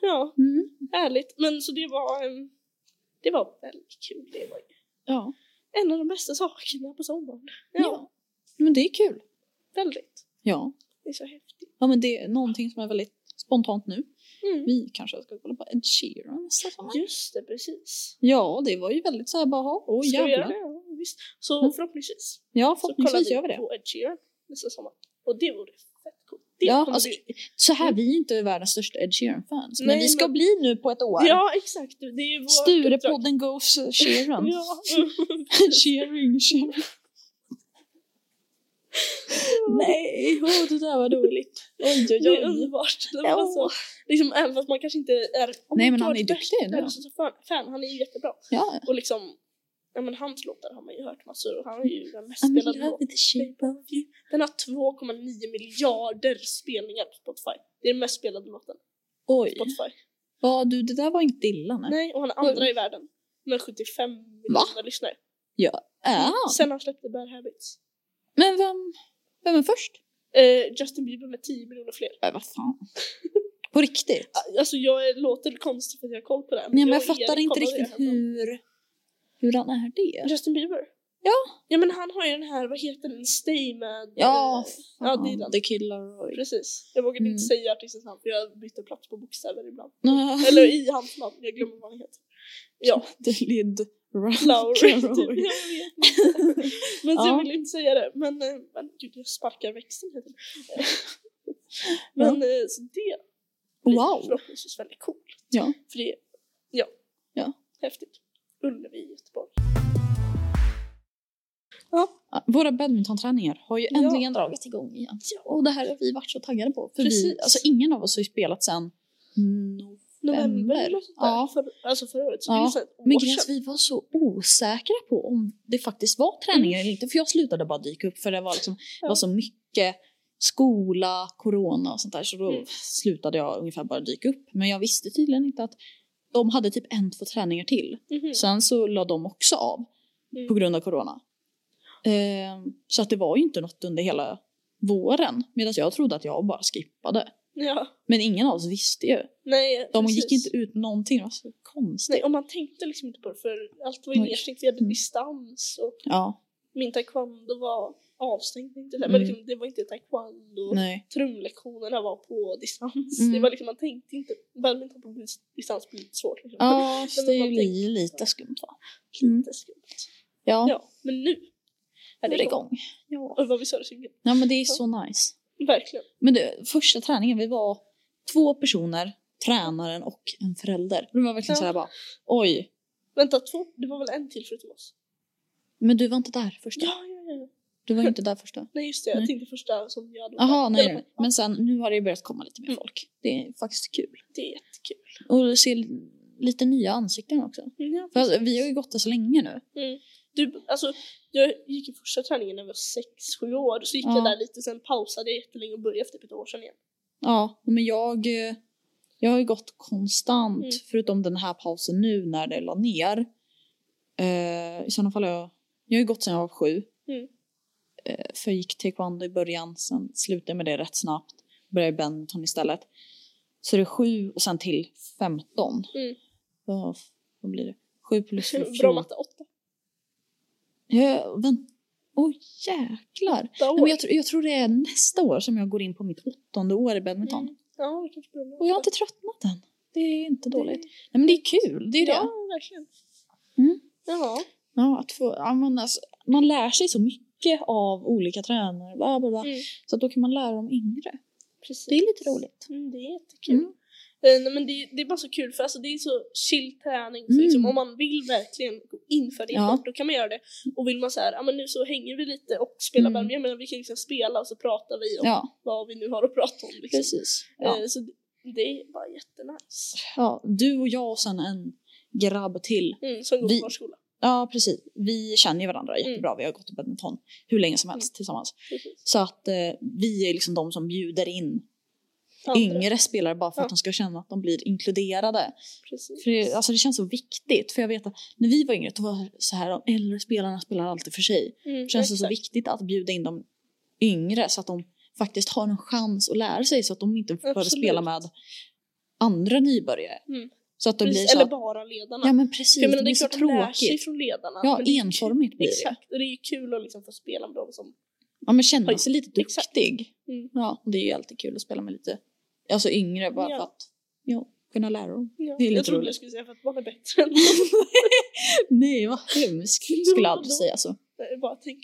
Speaker 2: Ja,
Speaker 1: Mm.
Speaker 2: härligt. Men så det var, ehm, det var väldigt kul. Det var
Speaker 1: Ja.
Speaker 2: en av de bästa sakerna på sommaren.
Speaker 1: ja. Men det är kul.
Speaker 2: Väldigt.
Speaker 1: Ja.
Speaker 2: Det är så häftigt.
Speaker 1: Ja, men det är någonting som är väldigt spontant nu.
Speaker 2: Mm.
Speaker 1: Vi kanske ska kolla på Ed Sheeran nästa sommar.
Speaker 2: Just det, precis.
Speaker 1: Ja, det var ju väldigt så här bara, jaha, åh
Speaker 2: Ska vi göra det?
Speaker 1: jävlar.
Speaker 2: Ja, visst. Så
Speaker 1: Mm.
Speaker 2: förhoppningsvis
Speaker 1: Ja,
Speaker 2: så kollar
Speaker 1: förhoppningsvis
Speaker 2: vi
Speaker 1: gör vi det.
Speaker 2: på Ed Sheeran nästa sommar. Och det vore fett coolt. Det
Speaker 1: Ja,
Speaker 2: kommer
Speaker 1: alltså,
Speaker 2: bli-
Speaker 1: så här, vi är inte världens största Ed Sheeran-fans, men
Speaker 2: Mm. Nej,
Speaker 1: vi ska
Speaker 2: men-
Speaker 1: bli nu på ett år.
Speaker 2: ja exakt. Det är vårt uppdrag.
Speaker 1: Sturepodden goes Sheeran.
Speaker 2: Ja.
Speaker 1: Shearing, shearing. Nej, åh, det där var dåligt. Oj,
Speaker 2: Det är underbart.
Speaker 1: Ja.
Speaker 2: Alltså, liksom, även fast man kanske inte är... om
Speaker 1: Nej,
Speaker 2: man
Speaker 1: men
Speaker 2: inte
Speaker 1: han
Speaker 2: varit
Speaker 1: är duktig nu.
Speaker 2: värsta Beatles fan- fan. Han är ju jättebra.
Speaker 1: Ja.
Speaker 2: Och liksom, ja, men hans låtar har man ju hört massor och han är ju den mest
Speaker 1: I'm in
Speaker 2: spelade
Speaker 1: love
Speaker 2: låten.
Speaker 1: with the shape of you.
Speaker 2: Den har 2,9 miljarder spelningar på Spotify. Det är den mest spelade låten på
Speaker 1: Oj.
Speaker 2: Spotify.
Speaker 1: Ja, du, det där var inte illa. Nej.
Speaker 2: Nej, och han är andra i världen med 75 miljoner lyssnare.
Speaker 1: Ja.
Speaker 2: Sen han släppte Bad Habits.
Speaker 1: Men vem, vem är först?
Speaker 2: Eh, Justin Bieber med 10 miljoner fler.
Speaker 1: Äh, vad fan. På riktigt?
Speaker 2: Alltså jag är, låter konstigt för att jag har koll på det här,
Speaker 1: Nej, men
Speaker 2: och
Speaker 1: jag fattar
Speaker 2: Erik
Speaker 1: inte
Speaker 2: kollade
Speaker 1: riktigt
Speaker 2: det här.
Speaker 1: hur, hur han är det.
Speaker 2: Justin Bieber?
Speaker 1: Ja.
Speaker 2: Ja men han har ju den här, vad heter den, Stay med...
Speaker 1: Ja,
Speaker 2: eh, ja, det
Speaker 1: fan.
Speaker 2: är den.
Speaker 1: The Killer Roy.
Speaker 2: Precis. Jag vågade
Speaker 1: Mm.
Speaker 2: inte säga artistens namn för jag byter plats på bokstäver ibland.
Speaker 1: Ja.
Speaker 2: Eller i hans namn, jag glömmer vad han heter. Ja,
Speaker 1: The Lid
Speaker 2: Lowry. typ. Jag
Speaker 1: Roy.
Speaker 2: vet inte. men så
Speaker 1: Ja.
Speaker 2: jag vill inte säga det. Men, eh, men gud, jag sparkar växeln hela tiden. Men eh, så det blir
Speaker 1: Wow.
Speaker 2: förhoppningsvis väldigt coolt.
Speaker 1: Ja.
Speaker 2: För det, ja.
Speaker 1: Ja.
Speaker 2: Häftigt. Ullevi i Göteborg.
Speaker 1: Våra badmintonträningar har ju
Speaker 2: Ja.
Speaker 1: äntligen dragits igång igen.
Speaker 2: Ja.
Speaker 1: Och det här har vi varit så taggade på. För vi,
Speaker 2: Precis.
Speaker 1: alltså ingen av oss har ju spelat sen no.
Speaker 2: November
Speaker 1: November.
Speaker 2: eller något sånt där.
Speaker 1: Ja.
Speaker 2: För, alltså förra året. Så
Speaker 1: Ja.
Speaker 2: det är så här ett
Speaker 1: Men
Speaker 2: år
Speaker 1: grejen är att
Speaker 2: sedan.
Speaker 1: vi var så osäkra på om det faktiskt var träningar eller inte. För jag slutade bara dyka upp för det var, liksom, det var så mycket skola, corona och sånt där. Så då
Speaker 2: Mm.
Speaker 1: slutade jag ungefär bara dyka upp. Men jag visste tydligen inte att de hade typ en, två träningar till.
Speaker 2: Mhm.
Speaker 1: Sen så la de också av
Speaker 2: Mm.
Speaker 1: på grund av corona. Ehm, så att det var ju inte något under hela våren. Medan jag trodde att jag bara skippade.
Speaker 2: Ja.
Speaker 1: Men ingen av oss visste ju.
Speaker 2: Nej,
Speaker 1: De
Speaker 2: precis.
Speaker 1: gick inte ut någonting. Det var så konstigt.
Speaker 2: Nej, och man tänkte liksom inte på det för allt var ju
Speaker 1: Oj.
Speaker 2: nedstängt. Vi hade
Speaker 1: Mm.
Speaker 2: distans och
Speaker 1: Ja,
Speaker 2: min taekwondo var avstängd. tänkte jag säga.
Speaker 1: Mm.
Speaker 2: Men liksom, det var inte taekwondo.
Speaker 1: nej.
Speaker 2: Trumlektionerna var på distans.
Speaker 1: Mm.
Speaker 2: Det var liksom, man tänkte inte, badminton på dis- distans blir lite svårt. Liksom.
Speaker 1: Ja,
Speaker 2: Men
Speaker 1: det
Speaker 2: man
Speaker 1: blir
Speaker 2: tänkte
Speaker 1: ju lite skumt va? Mm.
Speaker 2: lite skumt.
Speaker 1: Ja,
Speaker 2: Ja, men nu
Speaker 1: nu
Speaker 2: är det igång.
Speaker 1: igång. Ja.
Speaker 2: Och vad vi sa det så
Speaker 1: ja, men det är så nice.
Speaker 2: Verkligen.
Speaker 1: Men du, första träningen, vi var två personer, tränaren och en förälder. Det var verkligen
Speaker 2: Ja.
Speaker 1: så här bara, oj,
Speaker 2: Vänta, två? Det var väl en till förutom oss?
Speaker 1: men du var inte där första.
Speaker 2: Ja, ja, ja, ja.
Speaker 1: Du var inte där första.
Speaker 2: Nej, just det. Jag
Speaker 1: Nej.
Speaker 2: tänkte första som jag hade.
Speaker 1: Jaha, nej,
Speaker 2: Ja,
Speaker 1: nej. Men sen, nu har det ju börjat komma lite mer
Speaker 2: Mm.
Speaker 1: folk. Det är faktiskt kul.
Speaker 2: Det är jättekul.
Speaker 1: Och du ser lite nya ansikten också.
Speaker 2: Mm, Ja.
Speaker 1: För alltså, vi har ju gått där så länge nu.
Speaker 2: Du, alltså, jag gick i första träningen när jag var sex, sju år. Så gick
Speaker 1: Ja.
Speaker 2: jag där lite, sen pausade jag jättelänge och började efter typ ett år sedan igen.
Speaker 1: Ja, men jag, eh, jag har ju gått konstant
Speaker 2: Mm.
Speaker 1: förutom den här pausen nu när det la ner. Eh, I sådana fall har jag, jag har ju gått sedan jag var sju.
Speaker 2: Mm.
Speaker 1: Eh, för jag gick taekwondo i början, sen slutade jag med det rätt snabbt. Började badminton istället. Så det är sju och sen till 15.
Speaker 2: Mm.
Speaker 1: Vad, vad blir det? Sju plus
Speaker 2: Bra
Speaker 1: 14.
Speaker 2: matte, åtta,
Speaker 1: Jag, vänt, oj jäklar.
Speaker 2: åtta
Speaker 1: Nej, men
Speaker 2: år.
Speaker 1: jag, tror- jag tror det är nästa år som jag går in på mitt åttonde år i badminton.
Speaker 2: Mm. Ja, det kanske blir bra.
Speaker 1: Och jag har inte tröttnat än. Det är inte dåligt. Nej, men det är kul, det är det.
Speaker 2: Ja, verkligen.
Speaker 1: Mm.
Speaker 2: Ja.
Speaker 1: Ja, att få, ja, men alltså, man lär sig så mycket av olika tränare. Bla, bla, bla.
Speaker 2: Mm.
Speaker 1: Så att då kan man lära dem yngre.
Speaker 2: Precis.
Speaker 1: Det är lite roligt.
Speaker 2: Mm, det är jättekul.
Speaker 1: Mm.
Speaker 2: Eh, nej, men det, det är bara så kul för alltså, det är så chill träning. Så
Speaker 1: Mm.
Speaker 2: liksom, om man vill verkligen gå in för det
Speaker 1: Ja.
Speaker 2: hårt, då kan man göra det. Och vill man så här, ja men nu så hänger vi lite och spelar
Speaker 1: Mm.
Speaker 2: mm. Jag menar vi kan liksom spela och så pratar vi om
Speaker 1: Ja,
Speaker 2: vad vi nu har att prata om. Liksom.
Speaker 1: precis.
Speaker 2: Ja.
Speaker 1: Ja.
Speaker 2: så det, det är bara jättenice.
Speaker 1: Ja, du och jag och sen en grabb till.
Speaker 2: Mm, som går
Speaker 1: Vi-
Speaker 2: på vår skola.
Speaker 1: Ja, precis. Vi känner ju varandra jättebra. Vi har gått i badminton hur länge som helst tillsammans.
Speaker 2: Precis.
Speaker 1: Så att eh, vi är liksom de som bjuder in
Speaker 2: Andra.
Speaker 1: yngre spelare bara för att
Speaker 2: Ja.
Speaker 1: de ska känna att de blir inkluderade.
Speaker 2: Precis.
Speaker 1: För det, alltså det känns så viktigt. För jag vet att när vi var yngre då var det så här de äldre spelarna spelar alltid för sig.
Speaker 2: Mm,
Speaker 1: Det känns det så
Speaker 2: exakt.
Speaker 1: viktigt att bjuda in de yngre så att de faktiskt har en chans att lära sig så att de inte behöver
Speaker 2: Absolut.
Speaker 1: spela med andra nybörjare.
Speaker 2: Mm.
Speaker 1: Så att det blir
Speaker 2: Precis,
Speaker 1: så
Speaker 2: Eller
Speaker 1: att,
Speaker 2: bara ledarna.
Speaker 1: Ja men precis,
Speaker 2: jag menar,
Speaker 1: det
Speaker 2: det
Speaker 1: blir
Speaker 2: är
Speaker 1: så
Speaker 2: klart de lär sig
Speaker 1: tråkigt.
Speaker 2: från ledarna.
Speaker 1: Ja,
Speaker 2: men det är kul.
Speaker 1: enformigt liksom. blir det.
Speaker 2: Exakt, och det är ju kul att liksom få spela med dem som
Speaker 1: Ja men känna
Speaker 2: Oj,
Speaker 1: sig lite
Speaker 2: exakt.
Speaker 1: duktig.
Speaker 2: Mm.
Speaker 1: Ja, och det är ju alltid kul att spela med lite alltså yngre bara
Speaker 2: Ja.
Speaker 1: för att ja, kunna lära dem.
Speaker 2: Ja,
Speaker 1: Det är lite
Speaker 2: jag trodde
Speaker 1: roligt.
Speaker 2: jag skulle säga för att man är bättre än
Speaker 1: Nej vad hemskt, skulle jag aldrig säga så.
Speaker 2: Nej, bara tänk.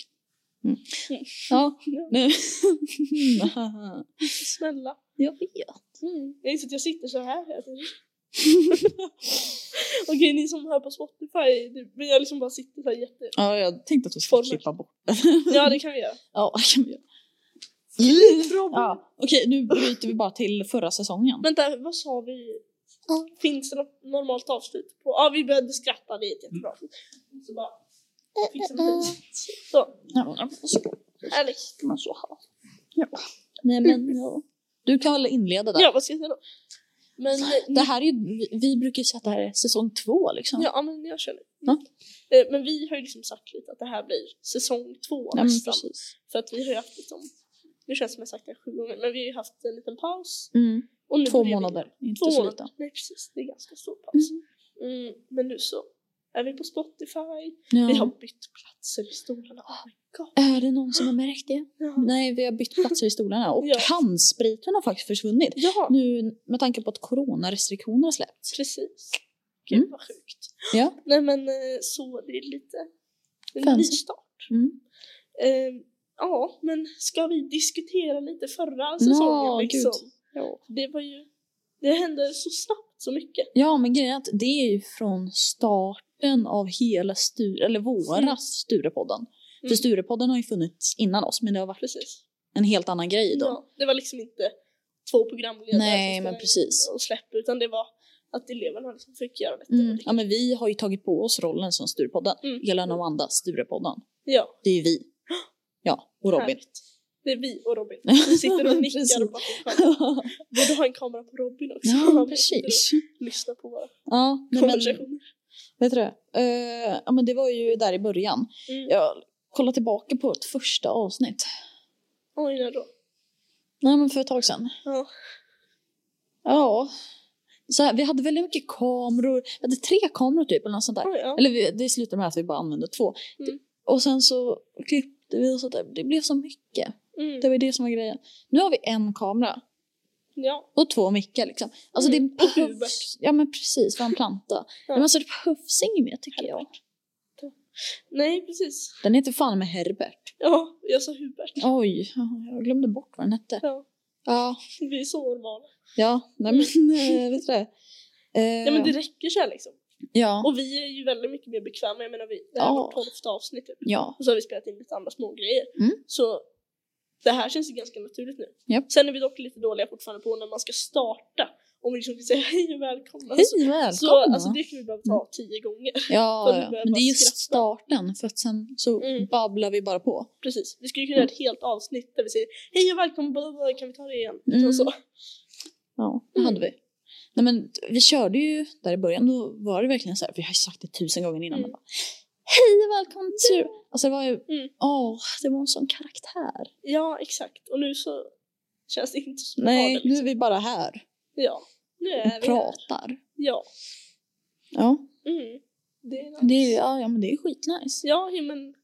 Speaker 1: Mm. Ja,
Speaker 2: Ja,
Speaker 1: nu.
Speaker 2: snälla.
Speaker 1: jag vet.
Speaker 2: Mm. Jag inser att jag sitter så här hela tiden. Okej, ni som hör på Spotify, det- men jag liksom bara sitter så här jätte...
Speaker 1: Ja, jag tänkte att vi skulle
Speaker 2: Former.
Speaker 1: klippa bort.
Speaker 2: Ja, det kan vi göra.
Speaker 1: Ja, det kan vi göra. Ja, okej, nu byter vi bara till förra säsongen.
Speaker 2: Vänta, vad sa vi?
Speaker 1: Ja.
Speaker 2: Finns det något normalt avslut? På? Ja, vi började skratta, det är ett jättebra avslut. Så bara...
Speaker 1: Eh,
Speaker 2: fixar vi det. Så,
Speaker 1: Ja, men så
Speaker 2: härligt.
Speaker 1: kan man så ha. Ja. Nej, men, ja. Du kan väl inleda där.
Speaker 2: Ja, vad ska jag säga då? Men,
Speaker 1: Det här är ju, vi- vi brukar ju säga att det här är säsong två liksom.
Speaker 2: Ja, men jag känner.
Speaker 1: Ja.
Speaker 2: Eh, Men vi har ju liksom sagt lite att det här blir säsong två
Speaker 1: Ja, men
Speaker 2: nästan.
Speaker 1: precis.
Speaker 2: För att vi har ju haft liksom, nu känns det som jag sagt det här sju gånger, men vi har ju haft en liten paus.
Speaker 1: Mm.
Speaker 2: Och nu
Speaker 1: Två
Speaker 2: börjar vi-
Speaker 1: månader, inte
Speaker 2: Två
Speaker 1: så lite.
Speaker 2: månader. Nej precis, det är ganska stor paus. Mm, men nu så är vi på Spotify, vi har
Speaker 1: Ja. Ah.
Speaker 2: bytt platser i stolarna. Oh my god.
Speaker 1: Är det någon som har märkt det?
Speaker 2: Ja.
Speaker 1: Nej, vi har bytt platser i stolarna och
Speaker 2: Ja.
Speaker 1: handspriten har faktiskt försvunnit.
Speaker 2: ja,
Speaker 1: Nu med tanke på att coronarestriktioner har släppts.
Speaker 2: precis. Gud
Speaker 1: Mm.
Speaker 2: vad sjukt.
Speaker 1: Ja.
Speaker 2: Nej men eh, så det är lite, det är en ny
Speaker 1: Fancy.
Speaker 2: start.
Speaker 1: Mm.
Speaker 2: Eh, ja, men ska vi diskutera lite förra
Speaker 1: Ja,
Speaker 2: säsongen
Speaker 1: gud.
Speaker 2: liksom?
Speaker 1: Ja.
Speaker 2: Det var ju, det hände så snabbt så mycket.
Speaker 1: Ja, men grejen är att det är ju från starten av hela Sture, eller våra Sturepodden. För
Speaker 2: Mm.
Speaker 1: Sturepodden har ju funnits innan oss, men det har varit
Speaker 2: Precis.
Speaker 1: en helt annan grej då.
Speaker 2: Ja, det var liksom inte två programledare
Speaker 1: Nej,
Speaker 2: som
Speaker 1: men
Speaker 2: skulle
Speaker 1: precis.
Speaker 2: och släpp utan det var att eleverna liksom fick göra detta.
Speaker 1: Mm. Ja, men vi har ju tagit på oss rollen som Sturepodden.
Speaker 2: Mm.
Speaker 1: Elin och Amanda, Sturepodden.
Speaker 2: Ja,
Speaker 1: Det är ju vi. Ja, och Robin.
Speaker 2: härligt. Det är vi och Robin. Vi sitter och
Speaker 1: Precis.
Speaker 2: nickar och bara "Skönt." Borde ha en kamera på Robin också.
Speaker 1: ja,
Speaker 2: Han sitter
Speaker 1: precis.
Speaker 2: och lyssnar på våra
Speaker 1: Ja, nej, men,
Speaker 2: konversationer.
Speaker 1: vet du det? Eh, ja, men det var ju där i början.
Speaker 2: Mm.
Speaker 1: Jag kollade tillbaka på ett första avsnitt.
Speaker 2: Oj, när då?
Speaker 1: Nej, men för ett tag sedan.
Speaker 2: Ja.
Speaker 1: Ja. Så här, vi hade väldigt mycket kameror. Vi hade tre kameror typ eller något sånt där.
Speaker 2: Oj, ja.
Speaker 1: Eller vi, det slutade med att vi bara använde två.
Speaker 2: Mm.
Speaker 1: Och sen så klippte vi och så där. Det blev så mycket.
Speaker 2: Mm.
Speaker 1: Det var ju det som var grejen. Nu har vi en kamera
Speaker 2: ja.
Speaker 1: och två mickar liksom. Alltså
Speaker 2: Mm,
Speaker 1: det
Speaker 2: och
Speaker 1: behövs. Ja men precis, för en planta.
Speaker 2: Ja.
Speaker 1: Men alltså det behövs inget mer tycker jag.
Speaker 2: Självklart. Nej, precis.
Speaker 1: Den heter fan med Herbert.
Speaker 2: Ja, jag sa Hubert.
Speaker 1: Oj, ja, jag glömde bort vad den hette.
Speaker 2: Ja,
Speaker 1: Ja,
Speaker 2: vi är så normala.
Speaker 1: ja, nej men eh, vet du det? Eh,
Speaker 2: Ja, men det räcker så här liksom.
Speaker 1: ja,
Speaker 2: Och vi är ju väldigt mycket mer bekväma. Jag menar, vi, det här
Speaker 1: Ja.
Speaker 2: var tolfte avsnittet.
Speaker 1: ja,
Speaker 2: Och så har vi spelat in lite andra smågrejer.
Speaker 1: Mm.
Speaker 2: Så det här känns ju ganska naturligt nu.
Speaker 1: Japp.
Speaker 2: Sen är vi dock lite dåliga fortfarande på när man ska starta. Om vi liksom vill säga hej och välkomna.
Speaker 1: hej
Speaker 2: Så-
Speaker 1: välkomna! Mm.
Speaker 2: Så alltså, det kan vi behöva ta tio gånger.
Speaker 1: ja,
Speaker 2: för att
Speaker 1: ja.
Speaker 2: börja
Speaker 1: men det är
Speaker 2: bara
Speaker 1: just
Speaker 2: skratta.
Speaker 1: starten för att sen så
Speaker 2: Mm.
Speaker 1: babblar vi bara på.
Speaker 2: Precis. Vi skulle kunna göra ett helt avsnitt där vi säger hej och välkomna, bla, bla, bla, kan vi ta det igen?
Speaker 1: Mm.
Speaker 2: Och så.
Speaker 1: Ja, det
Speaker 2: Mm.
Speaker 1: hade vi. Nej, men vi körde ju där i början, då var det verkligen så här, vi har ju sagt det tusen gånger innan.
Speaker 2: Mm.
Speaker 1: men Bara, Hej och välkommen till... Alltså det var ju, åh,
Speaker 2: Mm.
Speaker 1: det var en sån karaktär.
Speaker 2: Ja, exakt. Och nu så känns det inte så
Speaker 1: Nej,
Speaker 2: bra.
Speaker 1: nu är vi bara här
Speaker 2: Ja, nu är
Speaker 1: och
Speaker 2: vi här.
Speaker 1: pratar.
Speaker 2: Ja.
Speaker 1: Ja,
Speaker 2: Mm. Det är nice.
Speaker 1: det är, ja, ja, men det är skitnice.
Speaker 2: Ja, jo, men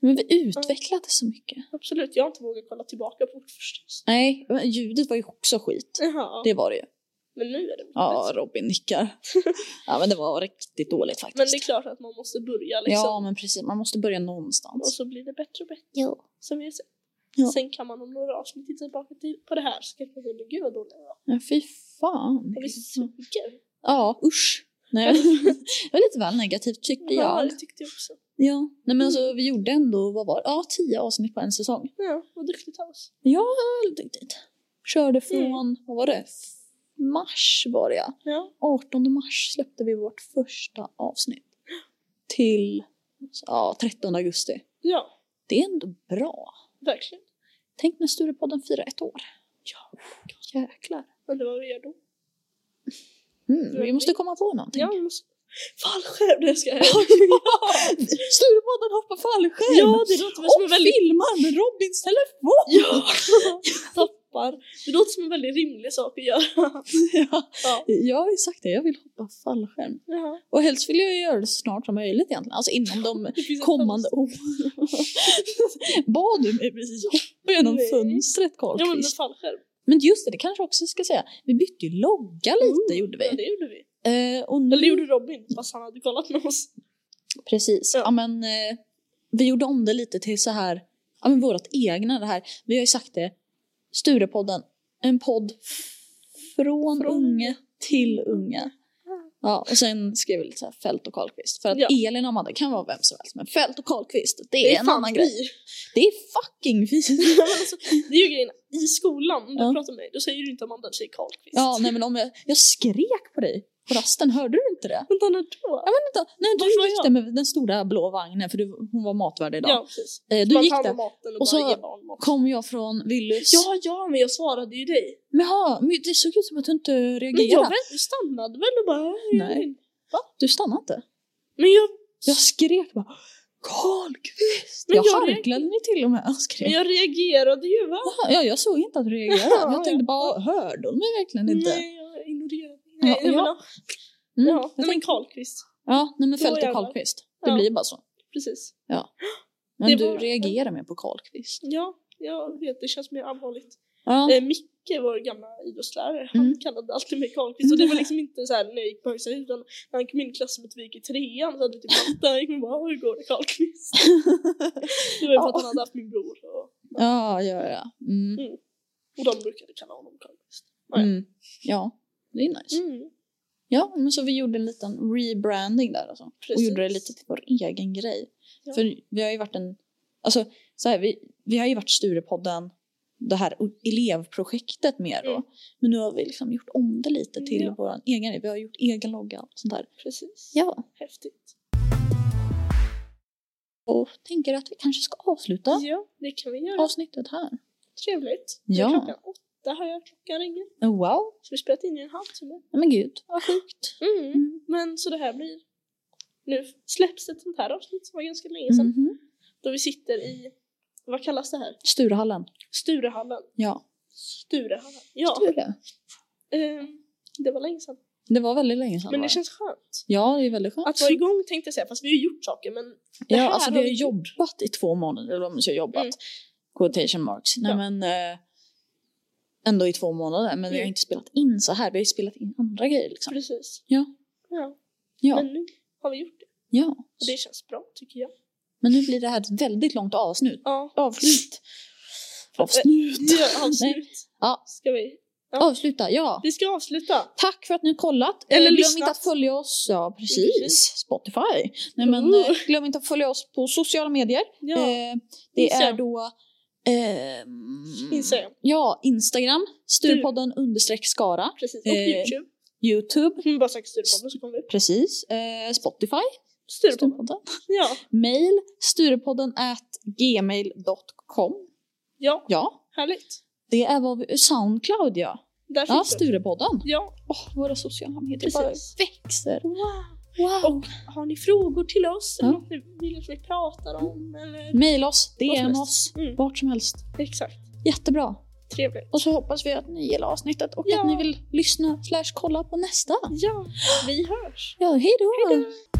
Speaker 1: Men vi utvecklade så mycket.
Speaker 2: absolut. Jag har inte vågat kolla tillbaka på vårt första avsnitt.
Speaker 1: Nej, men ljudet var ju också skit.
Speaker 2: Jaha.
Speaker 1: Det var det ju.
Speaker 2: Men nu är det mycket
Speaker 1: Ja,
Speaker 2: bättre.
Speaker 1: Robin nickar. ja, men det var riktigt dåligt faktiskt.
Speaker 2: Men det är klart att man måste börja liksom.
Speaker 1: Ja, men precis. Man måste börja
Speaker 2: Och
Speaker 1: någonstans.
Speaker 2: så blir det bättre och bättre.
Speaker 1: Ja.
Speaker 2: Som vi har sett.
Speaker 1: Ja.
Speaker 2: Sen kan man om några avsnitt titta tillbaka till, på det här så kanske man säger men gud vad dåliga vi var.
Speaker 1: Ja, fy fan.
Speaker 2: Och vi suger.
Speaker 1: Ja, usch. Nej, det var lite väl negativt tyckte
Speaker 2: Ja,
Speaker 1: jag.
Speaker 2: det tyckte jag också.
Speaker 1: Ja. Nej, men alltså, vi gjorde ändå, vad var det? Ja, tio avsnitt på en säsong.
Speaker 2: Ja, vad duktigt av oss.
Speaker 1: Väldigt duktigt. Körde
Speaker 2: Mm.
Speaker 1: från, vad var det? Mars var det ja.
Speaker 2: Ja.
Speaker 1: 18 mars släppte vi vårt första avsnitt. Till ja, 13 augusti.
Speaker 2: Ja,
Speaker 1: Det är ändå bra.
Speaker 2: verkligen.
Speaker 1: Tänk när Sturepodden firar ett år. Ja, jäklar.
Speaker 2: Undrar vad vi gör då.
Speaker 1: Mm, vi måste komma på någonting.
Speaker 2: Ja, vi måste... Fallskärm! Nej, jag ska
Speaker 1: Sturepodden hoppar fallskärm!
Speaker 2: Ja, det låter väl som en
Speaker 1: Och
Speaker 2: väldigt...
Speaker 1: filmar med Robins telefon!
Speaker 2: Ja! Tappar. Det låter som en väldigt rimlig sak att göra.
Speaker 1: Ja.
Speaker 2: Ja.
Speaker 1: Jag har ju sagt det, jag vill hoppa fallskärm.
Speaker 2: ja.
Speaker 1: Och helst vill jag ju göra det så snart som möjligt egentligen. Alltså inom de
Speaker 2: Det finns ett
Speaker 1: kommande
Speaker 2: fönster.
Speaker 1: åren. Bad du mig precis hoppa genom
Speaker 2: Nej.
Speaker 1: fönstret
Speaker 2: Ja, men med
Speaker 1: Karlqvist?
Speaker 2: fallskärm.
Speaker 1: Men just det, det kanske jag också ska säga. Vi bytte ju logga lite
Speaker 2: Oh,
Speaker 1: gjorde
Speaker 2: Ja,
Speaker 1: vi.
Speaker 2: det gjorde vi.
Speaker 1: Eh, och nu,
Speaker 2: Eller det gjorde Robin, fast han hade kollat med oss.
Speaker 1: Precis. Ja.
Speaker 2: Ja.
Speaker 1: men, eh, vi gjorde om det lite till så här, ja men vårat egna det här. Vi har ju sagt det, Sturepodden, en podd från,
Speaker 2: Från-
Speaker 1: unge till unge. Ja, och sen skrev vi lite så här Fält och Karlqvist. För att
Speaker 2: Ja.
Speaker 1: Elin och Amanda kan vara vem som helst, men Fält och Karlqvist, det är, en
Speaker 2: fan
Speaker 1: annan
Speaker 2: vi.
Speaker 1: grej. Det är fucking vi.
Speaker 2: Ja, men alltså, det är ju grejen, i skolan, om du
Speaker 1: Ja.
Speaker 2: pratar med mig, då säger du inte Amanda, du säger Karlqvist.
Speaker 1: Ja, nej men om jag, jag skrek på dig på rasten, hörde du inte det?
Speaker 2: Vänta, när då?
Speaker 1: Ja, men vänta, nej, du
Speaker 2: Varför var
Speaker 1: gick
Speaker 2: jag?
Speaker 1: där med den stora blå vagnen, för du, hon var matvärd idag.
Speaker 2: Ja, precis.
Speaker 1: Eh, du
Speaker 2: Man
Speaker 1: gick
Speaker 2: tar hand
Speaker 1: där.
Speaker 2: om maten och,
Speaker 1: Och så-
Speaker 2: bara ger barn mat.
Speaker 1: Kom jag från Willys.
Speaker 2: Ja, ja, men jag svarade ju dig.
Speaker 1: Men, ha, men det såg ut som att du inte
Speaker 2: Men jag
Speaker 1: reagerade.
Speaker 2: väl- stannade väl och bara...
Speaker 1: Nej.
Speaker 2: Nej.
Speaker 1: Du stannade inte.
Speaker 2: Men jag,
Speaker 1: Jag skrek bara Karlqvist!
Speaker 2: Men
Speaker 1: Jag,
Speaker 2: jag reagerade-
Speaker 1: harklade mig till och med och
Speaker 2: men
Speaker 1: skrek.
Speaker 2: jag reagerade ju va?
Speaker 1: Ja, jag såg inte att du reagerade.
Speaker 2: Ja,
Speaker 1: Jag tänkte
Speaker 2: ja.
Speaker 1: bara, hörde hon mig verkligen inte?
Speaker 2: Nej, jag ignorerade.
Speaker 1: Ja,
Speaker 2: Nej, jag
Speaker 1: ja.
Speaker 2: menar,
Speaker 1: Mm, jag
Speaker 2: ja. Nej, men
Speaker 1: tänkte-
Speaker 2: Karlqvist.
Speaker 1: ja, nej men
Speaker 2: Då
Speaker 1: Fält och
Speaker 2: jävlar.
Speaker 1: Karlqvist. Det
Speaker 2: Ja.
Speaker 1: blir bara så.
Speaker 2: Precis.
Speaker 1: Men
Speaker 2: Det
Speaker 1: du
Speaker 2: var-
Speaker 1: reagerar mer på Karlqvist.
Speaker 2: Ja, jag vet, det känns mer allvarligt.
Speaker 1: Ja.
Speaker 2: Eh, Micke, vår gamla idrottslärare, han
Speaker 1: Mm.
Speaker 2: kallade alltid mig Karlqvist. Och det var liksom inte så här när jag gick på högstadiet utan när han kom in i klassrummet vi gick i trean så hade vi typ matte. Han gick med och bara “Hur går det Karlqvist?” Det var ju för att han hade haft min bror och,
Speaker 1: ja, ja, ja. Mm.
Speaker 2: och de brukade kalla honom Karlqvist. Ja, ja.
Speaker 1: Mm. Ja, det är nice. Ja, men så vi gjorde en liten rebranding där alltså. Och
Speaker 2: Precis.
Speaker 1: gjorde det lite till vår egen grej.
Speaker 2: Ja.
Speaker 1: För vi har ju varit en... Alltså, så här, vi, vi har ju varit Sturepodden, det här o- elevprojektet mer då.
Speaker 2: Mm.
Speaker 1: Men nu har vi liksom gjort om det lite till
Speaker 2: Ja.
Speaker 1: vår egen grej. Vi har gjort egen logga och sånt där.
Speaker 2: Precis.
Speaker 1: Ja.
Speaker 2: Häftigt.
Speaker 1: Och tänker att vi kanske ska avsluta
Speaker 2: Ja, det kan vi göra.
Speaker 1: avsnittet här.
Speaker 2: Trevligt. Nu är
Speaker 1: Ja.
Speaker 2: Klockan åtta har jag klockan ringer.
Speaker 1: Oh, Wow!
Speaker 2: Så vi har spelat in i en halvtimme.
Speaker 1: Nej, men gud, vad sjukt.
Speaker 2: Mm.
Speaker 1: Mm.
Speaker 2: Men så det här blir... Nu släpps ett sånt här avsnitt som var ganska länge sedan.
Speaker 1: Mhm.
Speaker 2: Då vi sitter i... Vad kallas det här?
Speaker 1: Sturehallen.
Speaker 2: Sturehallen.
Speaker 1: Ja.
Speaker 2: Sturehallen. Ja.
Speaker 1: Sture.
Speaker 2: ehm, det var länge sedan.
Speaker 1: Det var väldigt länge sedan.
Speaker 2: Men
Speaker 1: var
Speaker 2: det känns skönt.
Speaker 1: Ja, det är väldigt skönt.
Speaker 2: Att vara igång tänkte jag säga, fast vi har ju gjort saker men... det
Speaker 1: Ja,
Speaker 2: här
Speaker 1: alltså vi
Speaker 2: har
Speaker 1: har
Speaker 2: vi- typ
Speaker 1: jobbat i två månader, eller om man säger jobbat.
Speaker 2: Mm.
Speaker 1: Quotation marks. Nej
Speaker 2: Ja.
Speaker 1: men eh, ändå i två månader. Men vi har
Speaker 2: Mm.
Speaker 1: inte spelat in så här, vi har ju spelat in andra grejer liksom.
Speaker 2: Precis.
Speaker 1: Ja.
Speaker 2: Ja.
Speaker 1: Ja,
Speaker 2: Men nu har vi gjort det.
Speaker 1: Ja.
Speaker 2: Och det känns bra tycker jag.
Speaker 1: Men nu blir det här ett väldigt långt avsnitt.
Speaker 2: Ja.
Speaker 1: Avslut.
Speaker 2: Eh,
Speaker 1: Avslut.
Speaker 2: Ja,
Speaker 1: Nej.
Speaker 2: avslut.
Speaker 1: Ja.
Speaker 2: Ska vi?
Speaker 1: Avsluta, ja.
Speaker 2: Vi ska avsluta.
Speaker 1: Tack för att ni har kollat. Eh,
Speaker 2: Eller
Speaker 1: Glöm
Speaker 2: lyssnat.
Speaker 1: inte att följa oss. Ja, precis.
Speaker 2: Precis.
Speaker 1: Spotify. Nej, men,
Speaker 2: Oh.
Speaker 1: eh, glöm inte att följa oss på sociala medier.
Speaker 2: Ja.
Speaker 1: Eh, det är
Speaker 2: Instagram.
Speaker 1: då... ehm,
Speaker 2: Instagram.
Speaker 1: Ja, Instagram. Sturpodden understreck Skara.
Speaker 2: Precis. Och
Speaker 1: Eh,
Speaker 2: Youtube.
Speaker 1: Youtube.
Speaker 2: Vi bara söker Sturepodden så kommer vi upp.
Speaker 1: Precis. Eh, Spotify.
Speaker 2: Sturepodden.
Speaker 1: Sturepodden.
Speaker 2: Ja.
Speaker 1: Mail. Sturepodden at gmail.com.
Speaker 2: ja,
Speaker 1: Ja,
Speaker 2: härligt.
Speaker 1: det är vad vi... Soundcloud, ja.
Speaker 2: Där
Speaker 1: Ja,
Speaker 2: finns det.
Speaker 1: Sturepodden.
Speaker 2: Ja,
Speaker 1: Åh, våra sociala medier bara
Speaker 2: Precis.
Speaker 1: växer.
Speaker 2: wow.
Speaker 1: Wow.
Speaker 2: Och har ni frågor till oss?
Speaker 1: Ja. Mm.
Speaker 2: Eller något ni vill att vi pratar om? Eller?
Speaker 1: Maila oss,
Speaker 2: Vad som
Speaker 1: DM oss,
Speaker 2: helst. Mm.
Speaker 1: vart som helst.
Speaker 2: Exakt.
Speaker 1: Jättebra.
Speaker 2: Trevligt.
Speaker 1: Och så hoppas vi att ni gillar avsnittet och
Speaker 2: Ja.
Speaker 1: att ni vill lyssna slash kolla på nästa.
Speaker 2: Ja, vi hörs.
Speaker 1: Ja, hej då!
Speaker 2: Hejdå!